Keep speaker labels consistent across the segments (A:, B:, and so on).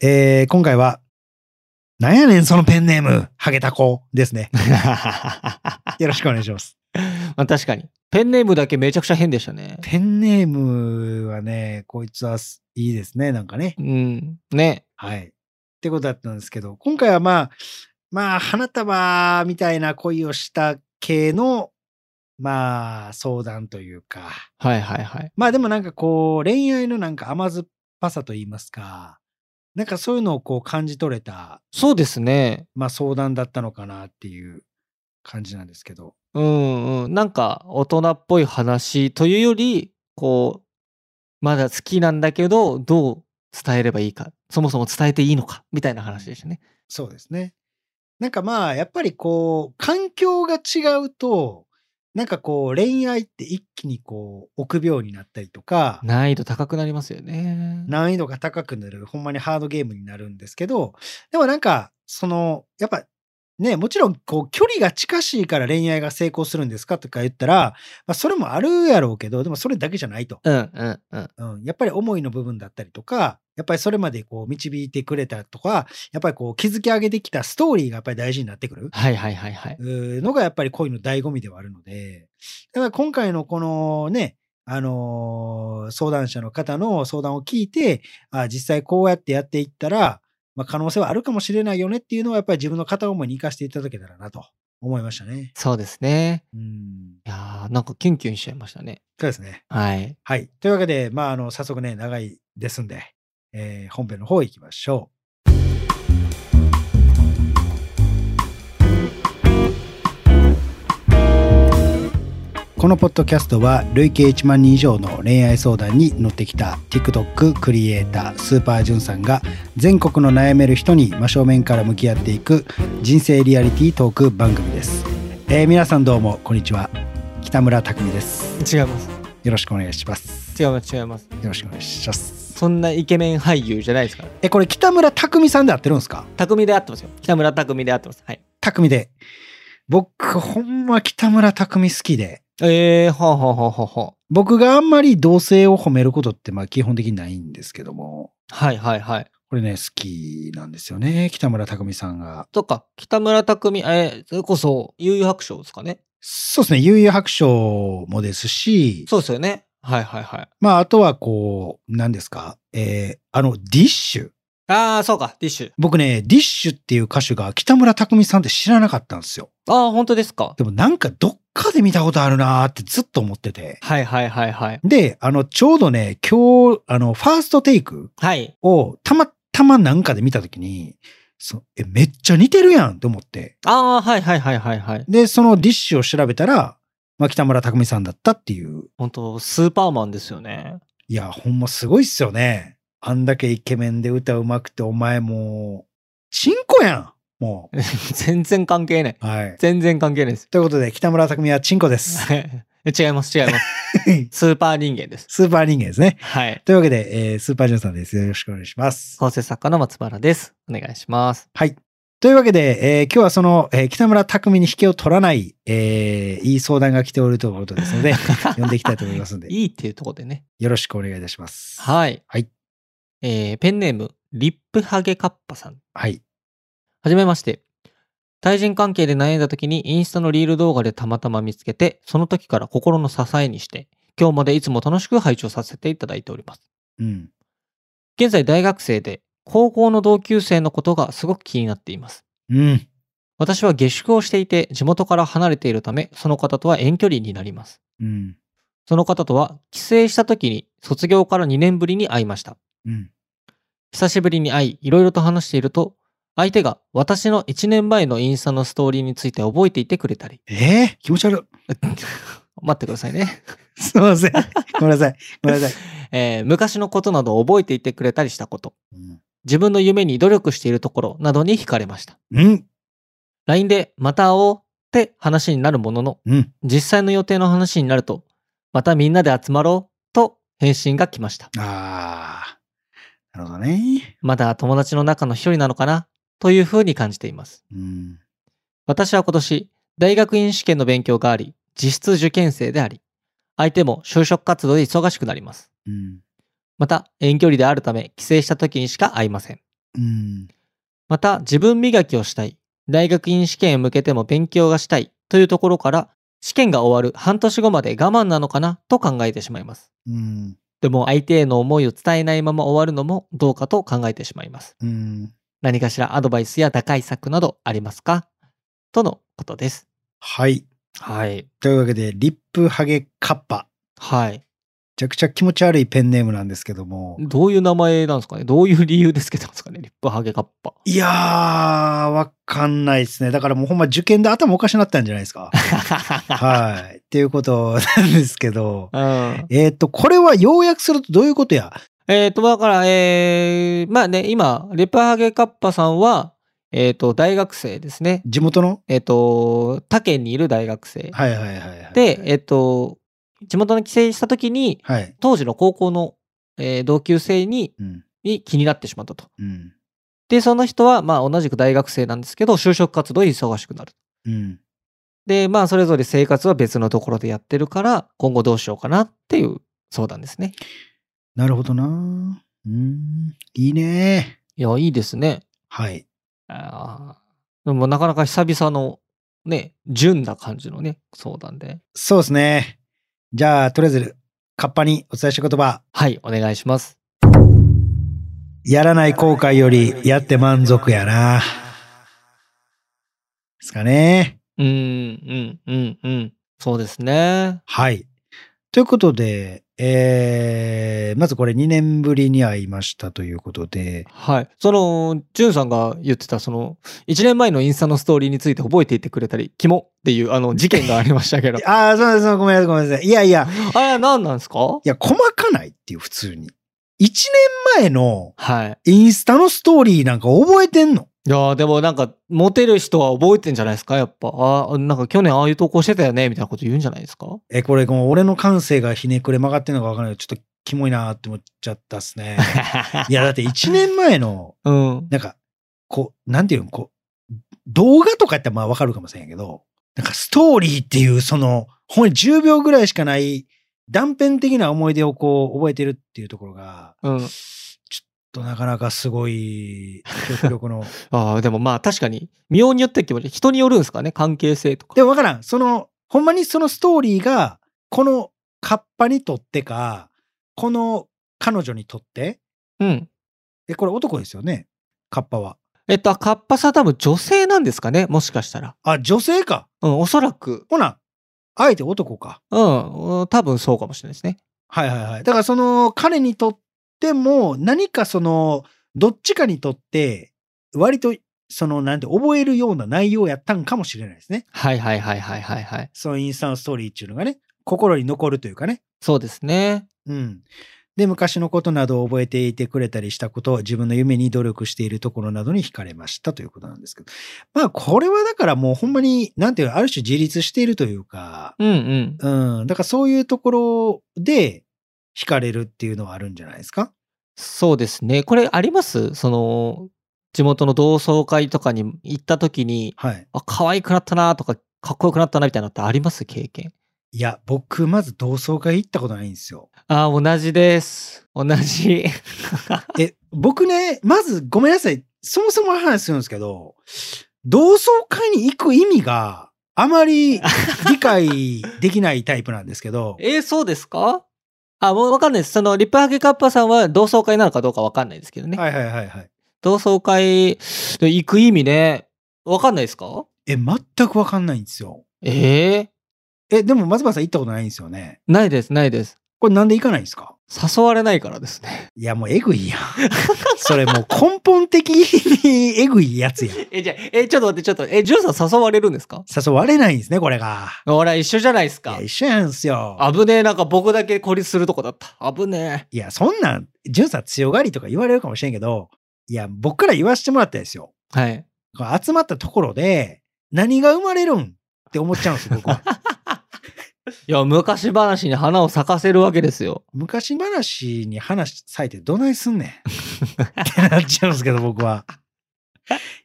A: えー、今回は、なんやねん、そのペンネーム、ハゲタコですね。
B: ま
A: よろしくお願いします。
B: あ確かに。ペンネームだけめちゃくちゃ変でしたね。
A: ペンネームはね、こいつはすいいですね、なんかね。
B: うん。ね。
A: はい。ってことだったんですけど、今回はまあ、まあ、花束みたいな恋をした系の、まあ、相談というか、
B: はいはいはい。
A: まあでもなんかこう、恋愛のなんか甘酸っぱさと言いますか、なんかそういうのをこう感じ取れた、
B: そうですね。
A: まあ相談だったのかなっていう感じなんですけど。
B: うんうん。なんか、大人っぽい話というより、こう、まだ好きなんだけど、どう伝えればいいか。そもそも伝えていいのか。みたいな話でしたね。
A: そうですね。なんかまあ、やっぱりこう、環境が違うと、なんかこう、恋愛って一気にこう、臆病になったりとか、
B: 難易度高くなりますよね。
A: 難易度が高くなる、ほんまにハードゲームになるんですけど、でもなんか、その、やっぱ、ね、もちろん、こう、距離が近しいから恋愛が成功するんですかとか言ったら、まあ、それもあるやろうけど、でもそれだけじゃないと。
B: うんうんうん。
A: うん。やっぱり思いの部分だったりとか、やっぱりそれまでこう、導いてくれたとか、やっぱりこう、築き上げてきたストーリーがやっぱり大事になってくる。
B: はいはいはいはい。
A: うーのがやっぱり恋の醍醐味ではあるので、だから今回のこのね、あのー相談者の方の相談を聞いて、あ実際こうやってやっていったら、まあ、可能性はあるかもしれないよねっていうのはやっぱり自分の片思いに生かしていただけたらなと思いましたね。
B: そうですね。
A: うん。
B: いやーなんかキュンキュンしちゃいましたね。
A: そうですね。
B: はい。
A: はい。というわけで、まあ、あの、早速ね、長いですんで、えー本編の方行きましょう。このポッドキャストは累計1万人以上の恋愛相談に乗ってきた TikTok クリエイタースーパージュンさんが全国の悩める人に真正面から向き合っていく人生リアリティートーク番組です、えー皆さんどうもこんにちは北村匠海です
B: 違います。
A: よろしくお願いします。
B: 違います違います。
A: よろしくお願いします。
B: そんなイケメン俳優じゃないですから。
A: え、これ北村匠海さんで合ってるんですか
B: 匠で会ってますよ。北村匠で会ってます。はい。
A: 匠海で。僕、ほんま北村匠海好きで。
B: えー、ほうほうほうほうほう。
A: 僕があんまり同性を褒めることって、まあ基本的にないんですけども、
B: はいはいはい。
A: これね、好きなんですよね。北村匠海さんが。
B: そっか、北村匠海、えー、それこそ、悠々白書ですかね。
A: そうですね、悠々白書もですし、
B: そうですよね。はいはいはい。
A: まああとはこう、何ですか、えーあの、ディッシュ。
B: あー、そうか、ディッシュ。
A: 僕ね、ディッシュっていう歌手が北村匠海さんって知らなかったんですよ。
B: あー、本当ですか。
A: でもなんかどっかで見たことあるなーってずっと思ってて。
B: はいはいはいはい。
A: で、あの、ちょうどね、今日、あの、ファーストテイク
B: はい。
A: をたまたまなんかで見たときに、そうえ、めっちゃ似てるやんと思って。
B: あー、はいはいはいはいはい。
A: で、そのディッシュを調べたら、まあ、北村匠海さんだったっていう。
B: 本当スーパーマンですよね。
A: いや、ほんますごいっすよね。あんだけイケメンで歌うまくて、お前もう、チンコやんも
B: 全然関係ない。
A: う。はい。
B: 全然関係ないです。
A: ということで、北村匠海はチンコ です。
B: 違います違い ます。スーパー人間です。
A: スーパー人間ですね。
B: はい。
A: というわけで、えースーパージュンさんです。よろしくお願いします。
B: 構成作家の松原です。お願いし ます。
A: はい。というわけで、えー今日はその、えー北村匠海に引けを取らない、えーいい相談が来ておるということです ので、読んでいきたいと思いますので、
B: いいっていうところでね。
A: よろしくお願いいたします。
B: はい。
A: はい。
B: えーペンネーム、リップハゲカッパさん。
A: はい。
B: はじめまして。対人関係で悩んだ時にインスタのリール動画でたまたま見つけて、その時から心の支えにして、今日までいつも楽しく拝聴させていただいております。
A: うん。
B: 現在大学生で、高校の同級生のことがすごく気になっています。
A: うん。
B: 私は下宿をしていて、地元から離れているため、その方とは遠距離になります。
A: うん。
B: その方とは帰省した時に卒業から2年ぶりに会いました。
A: うん。
B: 久しぶりに会い、いろいろと話していると、相手が私の1年前のインスタのストーリーについて覚えていてくれたり。
A: えー、気持ち悪い。
B: 待ってくださいね。
A: すいません。ごめんなさい。ごめんなさい。
B: えー昔のことなど覚えていてくれたりしたこと。
A: うん。
B: 自分の夢に努力しているところなどに惹かれました。
A: うん。
B: LINE でまた会おうって話になるものの、
A: うん。
B: 実際の予定の話になると、またみんなで集まろうと返信が来ました。
A: あー。なるほどね。
B: まだ友達の中の一人なのかなというふうに感じています。
A: うん。
B: 私は今年、大学院試験の勉強があり、実質受験生であり、相手も就職活動で忙しくなります。
A: うん。
B: また、遠距離であるため、帰省した時にしか会いません。
A: うん。
B: また自分磨きをしたい大学院試験へ向けても勉強がしたいというところから試験が終わる半年後まで我慢なのかなと考えてしまいます
A: うん。
B: でも相手への思いを伝えないまま終わるのもどうかと考えてしまいます
A: うん。
B: 何かしらアドバイスや打開策などありますかとのことです
A: はい。
B: はい
A: というわけで、リップハゲカッパ。
B: はい
A: めちゃくちゃ気持ち悪いペンネームなんですけども。
B: どういう名前なんですかねどういう理由ですけどですかねリップハゲカッ パ
A: いやー、わかんないですね。だからもうほんま受験で頭おかしなったんじゃないですか。はい。っていうことなんですけど。
B: うん
A: えっ、と、これは要約するとどういうことや
B: えっ、と、だから、えー、まあね、今、リッパハゲカッパさんは、えっ、と、大学生ですね。
A: 地元の
B: えっ、と、他県にいる大学生。
A: はいはいはいはい。
B: で、、えっ、と、地元に帰省した時に、
A: はい。
B: 当時の高校の、えー同級生に
A: うん。
B: に気になってしまったと。
A: うん。
B: で、その人は、まあ、同じく大学生なんですけど、就職活動に忙しくなる。
A: うん。
B: で、まあ、それぞれ生活は別のところでやってるから、今後どうしようかなっていう相談ですね。
A: なるほどなうん。いいね
B: いや、いいですね。
A: はい。
B: ああ。でもなかなか久々のね、純な感じのね、相談で。
A: そうですね。じゃあ、とりあえず、カッパにお伝えした言葉。
B: はい、お願いします。
A: やらない後悔より、やって満足やなですかね。
B: うーん、うん、うん、うん。そうですね。
A: はい。ということで、えー、まずこれ2年ぶりに会いましたということで、。
B: はい。その、純さんが言ってた、その、1年前のインスタのストーリーについて覚えていてくれたり、キモっていう、あの、事件がありましたけど
A: ああ、そうです、ごめんなさい、ごめんなさい。いやいや、
B: あれ、何なんですか
A: いや、細かないっていう、普通に。1年前の
B: はい。
A: インスタのストーリーなんか覚えてんの
B: いやーでもなんか、モテる人は覚えてんじゃないですかやっぱ。ああ、なんか去年ああいう投稿してたよねみたいなこと言うんじゃないですか
A: え、これ、この俺の感性がひねくれ曲がってんのかわからないけど、ちょっとキモいなーって思っちゃったっすね。いや、だって1年前の、
B: うん。
A: なんか、こう、なんていうの、こう、動画とかやったらまあわかるかもしれんけど、なんかストーリーっていう、その、ほんまに10秒ぐらいしかない断片的な思い出をこう、覚えてるっていうところが、
B: うん。
A: となかなかすごい、記憶力の。
B: ああ、でもまあ確かに、妙によっては気持ち、人によるんですかね、関係性とか。
A: でもわからん。その、ほんまにそのストーリーが、このカッパにとってか、この彼女にとって、
B: うん。
A: え、これ男ですよね、カッパは。
B: えっと、カッパさん多分女性なんですかね、もしかしたら。
A: あ、女性か。
B: うん、おそらく、
A: ほな、あえて男か。
B: うん、うん多分そうかもしれないですね。
A: はいはいはい。だからその彼にとっても何かそのどっちかにとって割とそのなんて覚えるような内容やったんかもしれないですね。
B: はいはいはいはいはいはい。
A: そのインスタのストーリーっていうのがね、心に残るというかね。
B: そうですね。
A: うん。で、昔のことなどを覚えていてくれたりしたこと、自分の夢に努力しているところなどに惹かれましたということなんですけど。まあ、これはだからもうほんまに、なんていうの、ある種自立しているというか、
B: うんうん。
A: うん。だからそういうところで惹かれるっていうのはあるんじゃないですか
B: そうですね。これありますその、地元の同窓会とかに行った時に、
A: はい。
B: あ、可愛くなったなとか、かっこよくなったなみたいなのってあります経験。
A: いや、僕、まず同窓会行ったことないんですよ。
B: ああ、同じです。同じ。
A: え、僕ね、まずごめんなさい。そもそも話するんですけど、同窓会に行く意味があまり理解できないタイプなんですけど、
B: えーそうですかあ、もうわかんないです。その、リップハゲカッパさんは同窓会なのかどうかわかんないですけどね。
A: はいはいはいはい。
B: 同窓会で行く意味ね、わかんないですか
A: え、全くわかんないんですよ。
B: ええ
A: え、でも松原さん行ったことないんですよね。
B: ないです、ないです。
A: これなんで行かないんですか
B: 誘われないからですね。
A: いや、もうえぐいやん。 それもう根本的にえぐいやつやん。
B: え、じゃあえ、ちょっと待って、ちょっと、え、ジュンさん誘われるんですか
A: 誘われないんですね、これが。
B: ほら、一緒じゃないです
A: い
B: か
A: や、。一緒なんですよ。
B: 危ねえ、なんか僕だけ孤立するとこだった。危ね
A: いや、そんなん、純さん強がりとか言われるかもしれんけど、いや、僕から言わせてもらったんですよ。
B: え。はい。
A: こう集まったところで、何が生まれるんって思っちゃうんですよ、僕は。
B: いや、昔話に花を咲かせるわけですよ。
A: 昔話に話されてどないすんねん。ってなっちゃうんですけど、僕は。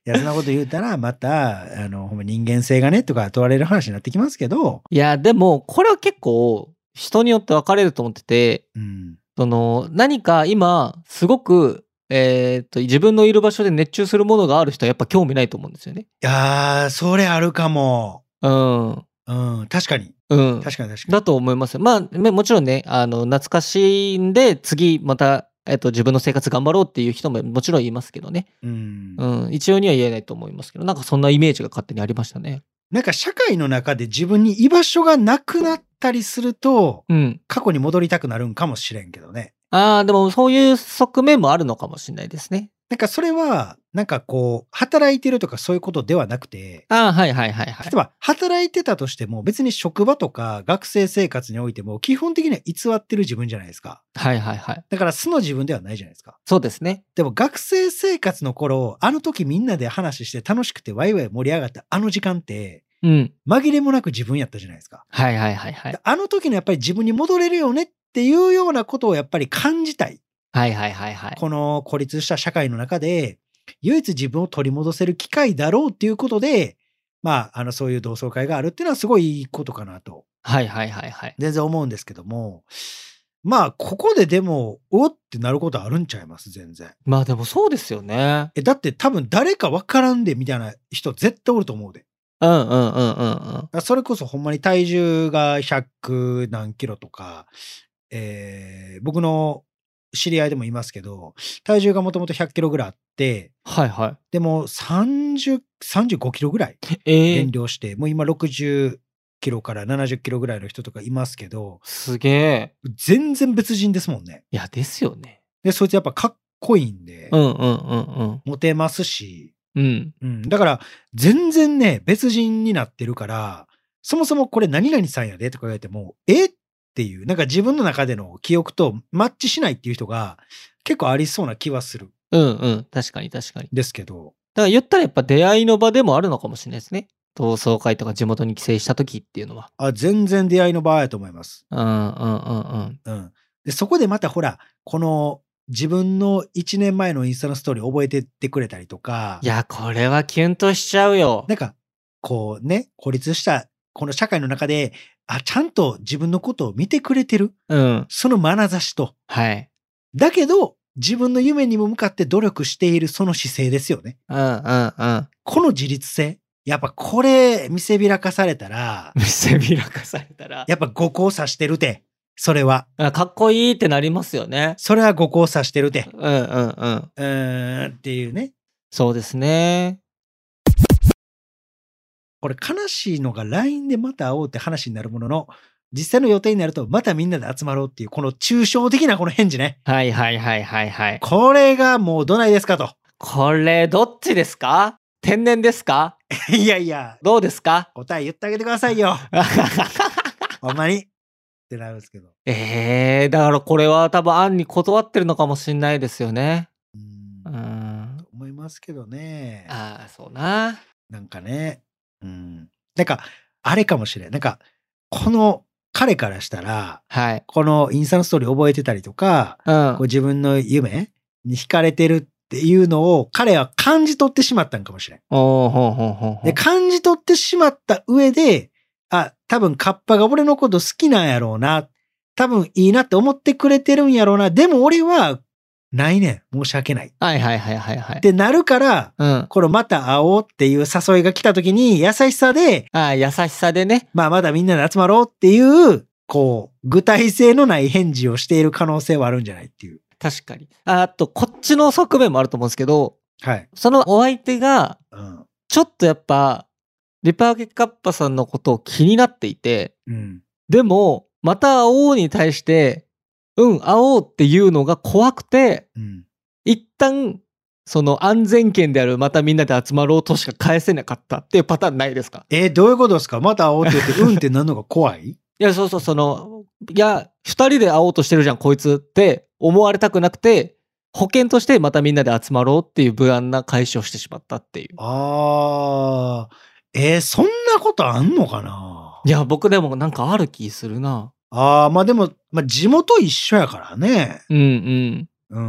A: いや、そんなこと言うたら、また、あの、ほんま人間性がね、とか問われる話になってきますけど、
B: いや、でも、これは結構、人によって分かれると思ってて、
A: うん。
B: その何か今すごくえーっと、自分のいる場所で熱中するものがある人はやっぱ興味ないと思うんですよね。
A: やー、それあるかも。
B: うん。
A: うん、確かに。
B: うん。
A: 確かに確かに。
B: だと思います。まあ、ねもちろんね、あの、懐かしいんで、次また、えっと、自分の生活頑張ろうっていう人ももちろんいますけどね。
A: うん
B: う。ん。一応には言えないと思いますけど、なんかそんなイメージが勝手にありましたね。
A: なんか社会の中で自分に居場所がなくなったりすると、
B: うん。
A: 過去に戻りたくなるんかもしれんけどね。
B: ああ、でもそういう側面もあるのかもしれないですね。
A: なんかそれは、なんかこう、働いてるとかそういうことではなくて、
B: ああ、はいはいはいは
A: 例
B: い
A: え。ば働いてたとしても別に職場とか学生生活においても基本的には偽ってる自分じゃないですか。
B: はいはいはい。
A: だから素の自分ではないじゃないですか。
B: そうですね。
A: でも学生生活の頃、あの時みんなで話して楽しくてワイワイ盛り上がったあの時間って、
B: うん。
A: 紛れもなく自分やったじゃないですか。
B: はいはいはいはい
A: で。あの時のやっぱり自分に戻れるよねっていうようなことをやっぱり感じたい。
B: はいはいはいはい。
A: この孤立した社会の中で、唯一自分を取り戻せる機会だろうっていうことで、まあ、あの、そういう同窓会があるっていうのはすごいいいことかなと、
B: はいはいはいはい。
A: 全然思うんですけども、まあ、ここででも、おってなることあるんちゃいます、全然。
B: まあでもそうですよね。
A: え、だって多分誰かわからんでみたいな人絶対おると思うで。
B: うんうんうんうんうん。
A: それこそほんまに体重が100何キロとか、えー僕の知り合いでもいますけど、体重がもともと100キロぐらいあって、
B: はいは
A: でも30、35キロぐらい
B: い。ええ
A: 減量して、もう今60キロから70キロぐらいの人とかいますけど、
B: すげえ。
A: 全然別人ですもんね。
B: いや、ですよね。
A: で、そいつやっぱかっこいいんで、
B: うんうんうんうん。
A: モテますし、
B: うん。
A: うん、だから全然ね、別人になってるから、そもそもこれ何々さんやでとか言われても、えっていう、なんか自分の中での記憶とマッチしないっていう人が結構ありそうな気はするん
B: うんうん。確かに確かに。
A: ですけど、
B: だから言ったらやっぱ出会いの場でもあるのかもしれないですね。同窓会とか地元に帰省した時っていうのは。
A: あ、全然出会いの場合やと思います。
B: うんうんうんうん。
A: うん。で、そこでまたほら、この自分の1年前のインスタのストーリー覚えてってくれたりとか
B: い、や、これはキュンとしちゃうよ
A: な。んか、こうね、孤立したこの社会の中で、あ、ちゃんと自分のことを見てくれてる、
B: うん。
A: その眼差しと、
B: はい。
A: だけど、自分の夢にも向かって努力しているその姿勢ですよね。
B: うんうんうん。
A: この自立性。やっぱこれ見せびらかされたら
B: 、見せびらかされたら。
A: やっぱ誤交差してるて。それは。
B: あかっこいいってなりますよね。
A: それは誤交差してるて。
B: うんうんうん。
A: うーんっていうね。
B: そうですね。
A: これ悲しいのが LINE でまた会おうって話になるものの、実際の予定になるとまたみんなで集まろうっていう、この抽象的なこの返事ね。
B: はいはいはいはいはい。
A: これがもうどないですかと。
B: これ、どっちですか天然ですか
A: いやいや、
B: どうです か
A: 答え言ってあげてくださいよ。ほんまに。ってなるんですけど。
B: えー、だからこれは多分案に断ってるのかもしんないですよね。
A: う。
B: うんん。
A: 思いますけどね。
B: ああ、そうな。
A: なんかね。うん。なんか、あれかもしれん。なんか、この彼からしたら、
B: はい。
A: このインスタのストーリー覚えてたりとか、
B: う。
A: こうん自分の夢に惹かれてるっていうのを彼は感じ取ってしまったんかもしれん。
B: おおほうほうほうほ
A: で、
B: う。
A: 感じ取ってしまった上で、あ、多分カッパが俺のこと好きなんやろうな。多分いいなって思ってくれてるんやろうな。でも俺は、ないねん。申し訳ない。っ
B: はいはいはいはいはい。
A: てなるから、
B: うん。あ
A: このまた会おうっていう誘いが来た時に優しさで、
B: あ、優しさでね。
A: まあまだみんなで集まろうっていう、こう、具体性のない返事をしている可能性はあるんじゃないっていう。
B: 確かに。ああと、こっちの側面もあると思うんですけど、
A: はい。
B: そのお相手が、
A: うん。
B: ちょっとやっぱ、リパーゲカッパさんのことを気になっていて、
A: うん。
B: でも、また会おうに対して、うん、会おうっていうのが怖くて、
A: うん。
B: 一旦、その安全圏であるまたみんなで集まろうとしか返せなかったっていうパターンないですか
A: えーどういうことですかまた会おうって言って、うんってなるのが怖い
B: いや、そうそう、その、いや、二人で会おうとしてるじゃん、こいつって思われたくなくて、保険としてまたみんなで集まろうっていう無難な解消をしてしまったっていう。
A: あー。えーそんなことあんのかない
B: や、僕でもなんかある気するな。
A: あー、まあでも、まあ地元一緒やからね。
B: うんうん。
A: う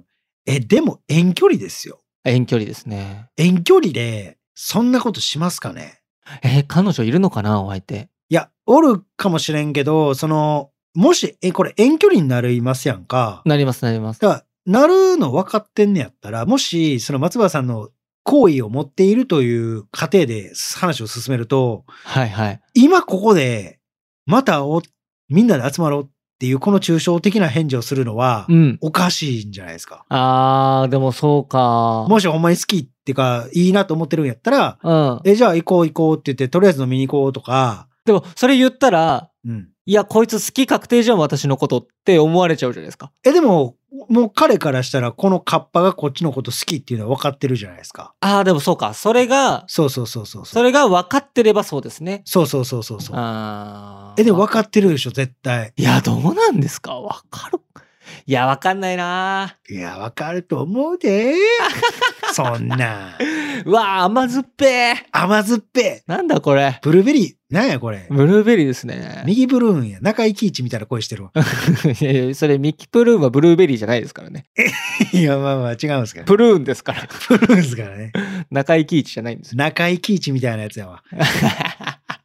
A: ん。え、でも遠距離ですよ。
B: 遠距離ですね。
A: 遠距離で、そんなことしますかね
B: えー彼女いるのかな、お相手。
A: いや、おるかもしれんけど、その、もし、え、これ遠距離になりますやんか。
B: なります、なります。
A: だからなるの分かってんねやったら、もし、その松原さんの好意を持っているという過程で話を進めると、
B: はいはい。
A: 今ここで、またお、みんなで集まろうっていう、この抽象的な返事をするのは
B: う、ん。
A: おかしいんじゃないですか。
B: あー、でもそうか。
A: もしほんまに好きっていうか、いいなと思ってるんやったら、
B: うん。
A: え、じゃあ行こう行こうって言って、とりあえず飲みに行こうとか、
B: でも、それ言ったら、
A: うん。
B: いや、こいつ好き確定じゃん、私のことって思われちゃうじゃないですか。
A: え、でも、もう彼からしたら、このカッパがこっちのこと好きっていうのは分かってるじゃないですか。
B: あー、でもそうか。それが、
A: そうそうそうそうそ。
B: そうれが分かってればそうですね。
A: そうそうそうそうそう。
B: あー
A: え、でも分かってるでしょ、絶対。
B: いや、どうなんですかわかるいや、わかんないない
A: や、分かると思うで。 そんな。
B: ーうわー、甘酸っぱい
A: 甘酸っぱい。
B: なんだこれ。
A: ブルーベリー。なんや、これ。
B: ブルーベリーですね。
A: 右ブルーンや。中井貴一みたいな声してるわ。
B: いやいや、それミキプルーンはブルーベリーじゃないですからね。
A: いや、まあまあ、違うんですから。
B: プルーンですから。
A: ブルーンですからね。
B: 中井貴一じゃないんですよ。
A: 中井貴一みたいなやつやわ。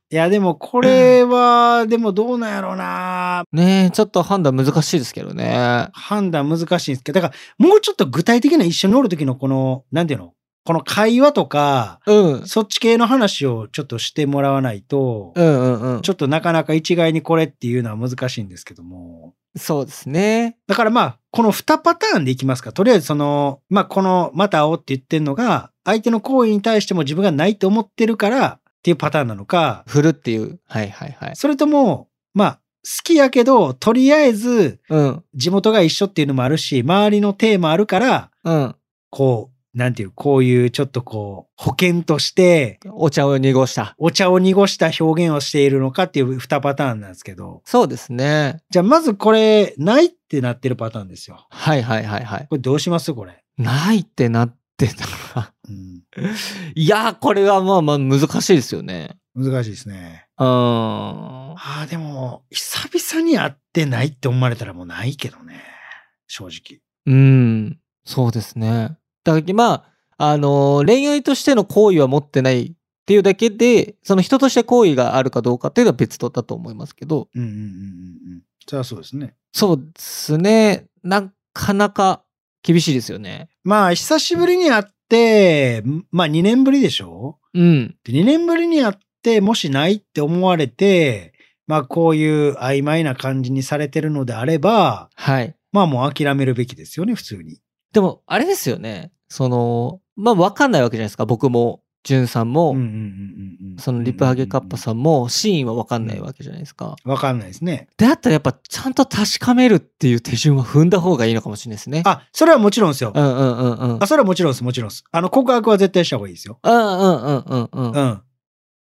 A: いや、でも、これは、でもどうなんやろうな。
B: ねえ、ちょっと判断難しいですけどね。
A: 判断難しいんですけど、だからもうちょっと具体的な一緒におる時のこの、なんていうのこの会話とか、
B: うん。
A: そっち系の話をちょっとしてもらわないと、
B: うんうんうん
A: ち。ょっとなかなか一概にこれっていうのは難しいんですけども。
B: そうですね。
A: だからまあ、この2パターンでいきますか。とりあえずその、まあこの、また会おうって言ってんのが、相手の行為に対しても自分がないと思ってるからっていうパターンなのか、
B: 振るっていう。はいはいはい。
A: それとも、まあ、好きやけど、とりあえず
B: うん。
A: 地元が一緒っていうのもあるし、周りのテーマあるから、
B: うん。
A: こう、なんていう、こういうちょっとこう、保険として、
B: お茶を濁した。
A: お茶を濁した表現をしているのかっていう2パターンなんですけど、
B: そうですね。
A: じゃあまずこれ、ないってなってるパターンですよ。
B: はいはいはいはい。
A: これどうしますこれ。
B: ないってなってたら。
A: うん。
B: いやー、これはまあまあ難しいですよね。
A: 難しいですね。
B: うーん。
A: ああ、でも、久々に会ってないって思われたらもうないけどね。正直。
B: うん。そうですね。だからまあ、あのー恋愛としての好意は持ってないっていうだけで、その人として好意があるかどうかっていうのは別途だと思いますけど、
A: うんうんうんうんうん。それはそうですね。
B: そうですね。なかなか厳しいですよね。
A: まあ、久しぶりに会って、まあ2年ぶりでしょ
B: うん。
A: で2年ぶりにやって、もしないって思われて、まあこういう曖昧な感じにされてるのであれば、
B: はい。
A: まあもう諦めるべきですよね、普通に。
B: でも、あれですよね。その、まあ、わかんないわけじゃないですか。僕も、ジュンさんも、
A: うんうんうんうんうん
B: そのリプハゲカッパさんも、シーンはわかんないわけじゃないですか。
A: わかんないですね。
B: であったらやっぱちゃんと確かめるっていう手順は踏んだ方がいいのかもしれないですね。
A: あ、それはもちろんですよ
B: う。んうんうんうん。
A: あ、それはもちろんです、もちろんです。あの、告白は絶対した方がいいですよ。
B: うんうんうんうんうん
A: う。ん。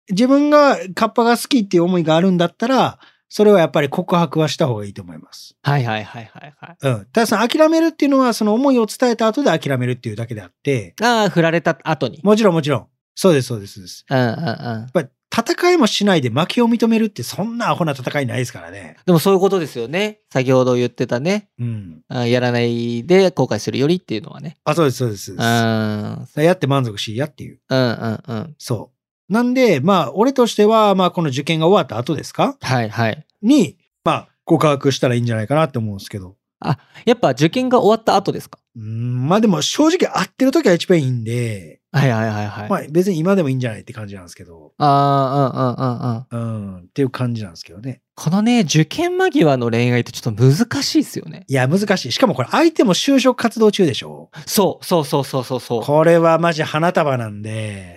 A: 自分がカッパが好きっていう思いがあるんだったら、それはやっぱり告白はした方がいいと思います。
B: はいはいはいはいはい。
A: うん。ただその諦めるっていうのは、その思いを伝えた後で諦めるっていうだけであって、
B: ああ、振られた後に。
A: もちろんもちろん。そうです、そうです、そうです。
B: うんうんうん。
A: やっぱり戦いもしないで負けを認めるってそんなアホな戦いないですからね。
B: でもそういうことですよね。先ほど言ってたね。
A: うん。
B: あーやらないで後悔するよりっていうのはね。
A: あ、そうです、そうです。そう
B: う
A: で
B: ん。うん
A: すやって満足しいやっていう。
B: うんうん。
A: そう。なんで、まあ、俺としては、まあ、この受験が終わった後ですか
B: はいはい。
A: に、まあ、告白したらいいんじゃないかなって思うんですけど。
B: やっぱ受験が終わった後ですか
A: うん、まあでも正直会ってる時は一番いいんで、
B: はいはいはいはい。
A: まあ別に今でもいいんじゃないって感じなんですけど、
B: ああ、うんうんうんうん。
A: うん、っていう感じなんですけどね。
B: このね、受験間際の恋愛ってちょっと難しいですよね。
A: いや、難しい。しかもこれ相手も就職活動中でしょ
B: そうそうそうそうそうそう。
A: これはマジ花束なんで、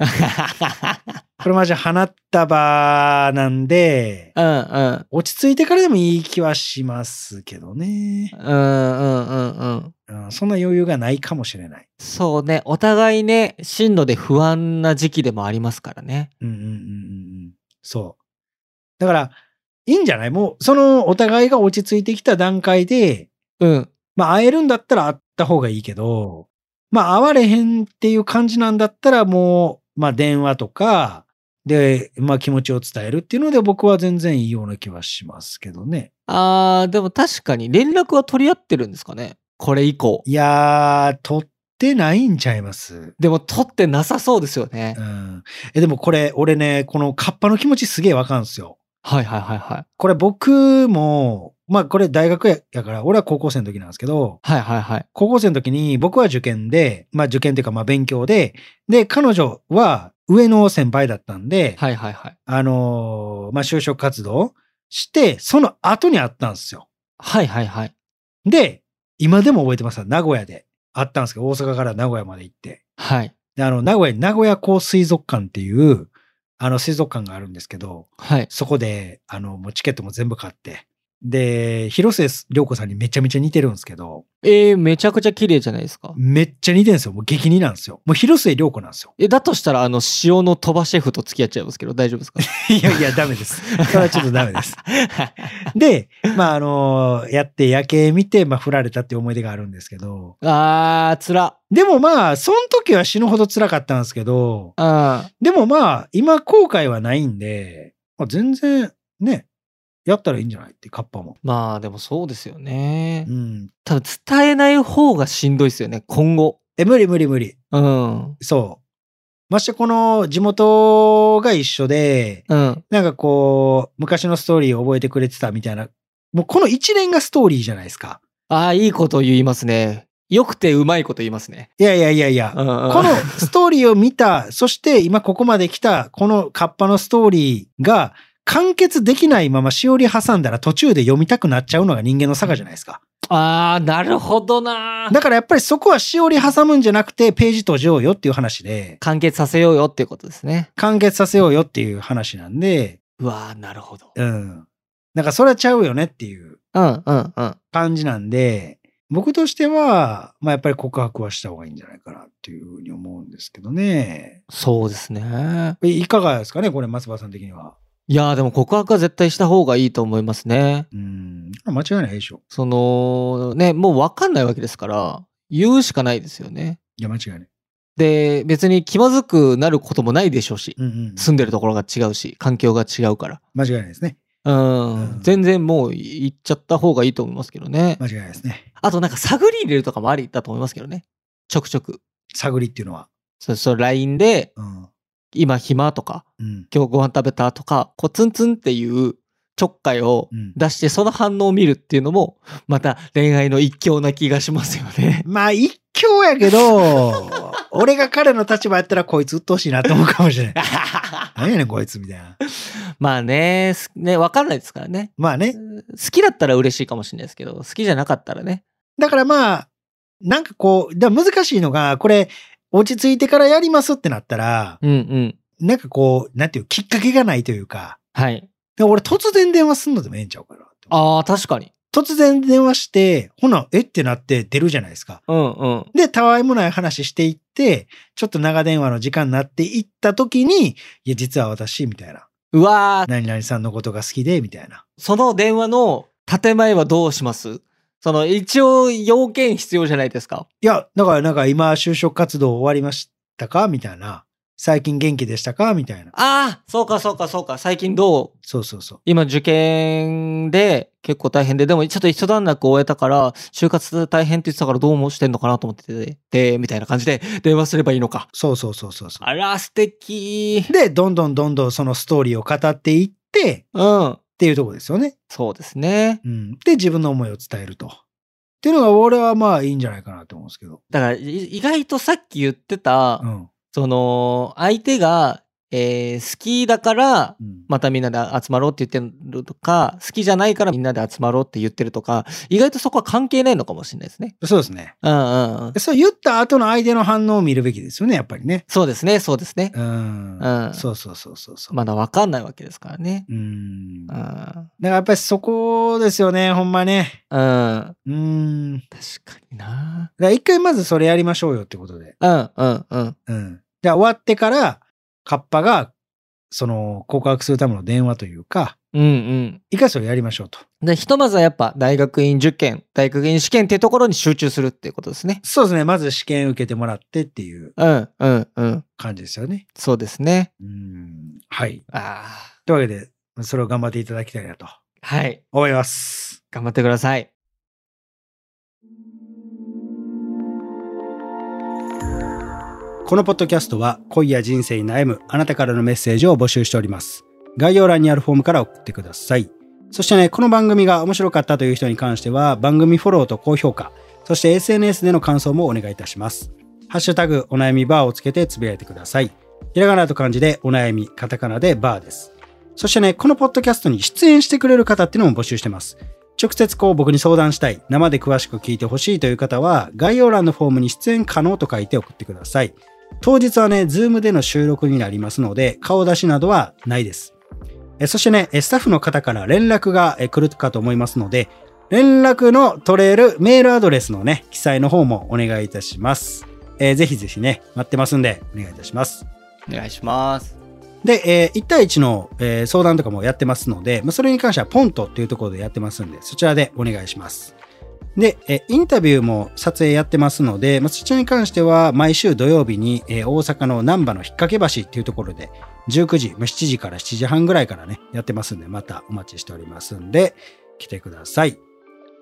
A: これマジ花束なんで、
B: うんうん。
A: 落ち着いてからでもいい気はしますけどね。
B: うんうんうんうん。
A: うん、そんな余裕がないかもしれない。
B: そうね。お互いね、進路で不安な時期でもありますからね。
A: うんうんうんうんうん。そう。だから、いいんじゃないもう、そのお互いが落ち着いてきた段階で、
B: うん。
A: まあ会えるんだったら会った方がいいけど、まあ会われへんっていう感じなんだったらもう、まあ電話とか、で、まあ気持ちを伝えるっていうので僕は全然いいような気はしますけどね。
B: あー、でも確かに連絡は取り合ってるんですかね。これ以降。
A: いやー、取ってないんちゃいます
B: でも取ってなさそうですよね
A: う。ん。え、でもこれ、俺ね、このカッパの気持ちすげえわかるんすよ。
B: はいはいはいはい。
A: これ僕も、まあこれ大学ややから、俺は高校生の時なんですけど、
B: はいはいはい。
A: 高校生の時に僕は受験で、まあ受験っていうかまあ勉強で、で、彼女は上の先輩だったんで、
B: はいはいはい。
A: あのーまあ就職活動して、その後に会ったんですよ。
B: はいはいはい。
A: で、今でも覚えてますわ名古屋で会ったんですけど、大阪から名古屋まで行って。
B: はい。
A: で、あの、名古屋に名古屋港水族館っていう、あの、水族館があるんですけど、
B: はい。
A: そこで、あの、もうチケットも全部買って、で、広瀬涼子さんにめちゃめちゃ似てるんですけど、
B: えー、めちゃくちゃ綺麗じゃないですか。
A: めっちゃ似てるんですよ。もう激似なんですよ。もう広瀬涼子なんですよ。
B: え、だとしたら、あの、塩の鳥羽シェフと付き合っちゃいますけど、大丈夫ですか
A: いやいや、ダメです。 それはちょっとダメです。で、まあ、あの、やって夜景見て、まあ、振られたっていう思い出があるんですけど、
B: あー、つら。
A: でもまあ、その時は死ぬほど辛かったんですけど、
B: あ
A: でもまあ、今後悔はないんで、まあ、全然ね、やったらいいんじゃないって、カッパも。
B: まあ、でもそうですよね
A: う。ん。
B: 多分伝えない方がしんどいですよね、今後。
A: え、無理無理無理。
B: うん。
A: そう。ましてこの地元が一緒で、
B: うん。
A: なんかこう、昔のストーリーを覚えてくれてたみたいな、もうこの一連がストーリーじゃないですか。
B: ああ、いいこと言いますね。よくてうまいこと言いますね。
A: いやいやいやいや
B: う、んうん、
A: このストーリーを見た、そして今ここまで来た、このカッパのストーリーが完結できないまましおり挟んだら途中で読みたくなっちゃうのが人間の差がじゃないですか。
B: ああ、なるほどなー。
A: だからやっぱりそこはしおり挟むんじゃなくてページ閉じようよっていう話で、
B: 完結させようよっていうことですね。
A: 完結させようよっていう話なんで、
B: うわあ、なるほど。
A: うん。なんかそれはちゃうよねっていう
B: うんうんうん。
A: 感じなんで、僕としては、まあやっぱり告白はした方がいいんじゃないかなっていうふうに思うんですけどね。
B: そうですね。
A: えいかがですかねこれ松葉さん的には。
B: いやーでも告白は絶対した方がいいと思いますね。
A: うん。間違いないでしょ。
B: その、ね、もうわかんないわけですから、言うしかないですよね。
A: いや、間違いない。
B: で、別に気まずくなることもないでしょうし、
A: うんうん。
B: 住んでるところが違うし、環境が違うから。
A: 間違いないですね。
B: うん、
A: うん
B: 全然もう言っちゃった方がいいと思いますけどね。
A: 間違いないですね。
B: あとなんか探り入れるとかもありだと思いますけどね。ちょくちょく。
A: 探りっていうのは。
B: そうそう、LINE で、
A: うん。
B: 今暇とか、
A: うん。
B: 今日ご飯食べたとか、こうツンツンっていうちょっかいを
A: うん。。
B: 出して、その反応を見るっていうのも、また恋愛の一興な気がしますよね
A: まあ、一興やけど、俺が彼の立場やったらこいつ鬱陶しいなと思うかもしれない。何やねん、こいつみたいな。
B: まあね、すね、わかんないですからね。
A: まあね。
B: 好きだったら嬉しいかもしれないですけど、好きじゃなかったらね。
A: だからまあ、なんかこう、だから難しいのが、これ、落ち着いてからやりますってなったら、
B: うんうん。
A: なんかこう、なんていう、きっかけがないというか、
B: はい。
A: だから俺突然電話すんのでもええんちゃうかな。
B: ああ、確かに。
A: 突然電話して、ほな、えってなって出るじゃないですか。
B: うんうん。
A: で、たわいもない話していって、ちょっと長電話の時間になっていった時に、いや、実は私、みたいな。
B: うわー
A: 何々さんのことが好きで、みたいな。
B: その電話の建前はどうしますその、一応要件必要じゃないですか。
A: いや、だからなんか今、就職活動終わりましたかみたいな。最近元気でしたかみたいな。
B: ああ、そうかそうかそうか。最近どう
A: そうそうそう。
B: 今受験で結構大変で、でもちょっと一段落終えたから、就活大変って言ってたからどうもしてんのかなと思ってて、で、みたいな感じで電話すればいいのか。
A: そうそうそうそうそ
B: あら、素敵
A: う。。で、どんどんどんどんそのストーリーを語っていって、っ
B: うん。
A: ていうところですよね。
B: そうですね。
A: うん。で、自分の思いを伝えると。っていうのが俺はまあいいんじゃないかなと思うんですけど。
B: だから、い意外とさっき言ってた、
A: うん。
B: その、相手が、えー好きだから、
A: うん、
B: またみんなで集まろうって言ってるとか、好きじゃないからみんなで集まろうって言ってるとか、意外とそこは関係ないのかもしれないですね。
A: そうですね。
B: うんうんうん。
A: そう言った後の相手の反応を見るべきですよね、やっぱりね。
B: そうですね、そうですね。
A: うん
B: うん
A: そうそうそうそうそう。
B: まだわかんないわけですからね。
A: うん。
B: う
A: だか
B: ん。
A: らやっぱりそこですよね、ほんまね。
B: うん。
A: うん。だか
B: 確かにな。
A: ら一回まずそれやりましょうよってことで。
B: うんうんうん。
A: うん。じゃあ終わってから、カッパが、その、告白するための電話というか、
B: うんうん。
A: 一回それやりましょうと。
B: で、ひとまずはやっぱ大学院受験、大学院試験ってところに集中するっていうことですね。
A: そうですね。まず試験受けてもらってっていう
B: うんうんうん。
A: 感じですよね。
B: そうですね。
A: うん。はい。
B: あ
A: というわけで、それを頑張っていただきたいなと
B: あ。はい。
A: 思います。
B: 頑張ってください。
A: このポッドキャストは恋や人生に悩むあなたからのメッセージを募集しております。概要欄にあるフォームから送ってください。そしてね、この番組が面白かったという人に関しては、番組フォローと高評価、そして SNS での感想もお願いいたします。ハッシュタグ、お悩みバーをつけてつぶやいてください。ひらがなと漢字でお悩み、カタカナでバーです。そしてね、このポッドキャストに出演してくれる方っていうのも募集してます。直接こう僕に相談したい、生で詳しく聞いてほしいという方は、概要欄のフォームに出演可能と書いて送ってください。当日はね、ズームでの収録になりますので、顔出しなどはないです。えそしてね、えスタッフの方から連絡がえ来るかと思いますので、連絡の取れるメールアドレスのね、記載の方もお願いいたします。えーぜひぜひね、待ってますんで、お願いいたします。
B: お願いします。
A: で、え1対1の、えー相談とかもやってますので、まあ、それに関してはポントっていうところでやってますんで、そちらでお願いします。で、えーインタビューも撮影やってますので、まあ、そちらに関しては毎週土曜日に、えー大阪の難波の引っ掛け橋っていうところで、19時、まあ、7時から7時半ぐらいからね、やってますんで、またお待ちしておりますんで、来てください。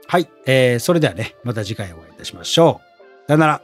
A: はい、えーそれではね、また次回お会いいたしましょう。さよなら。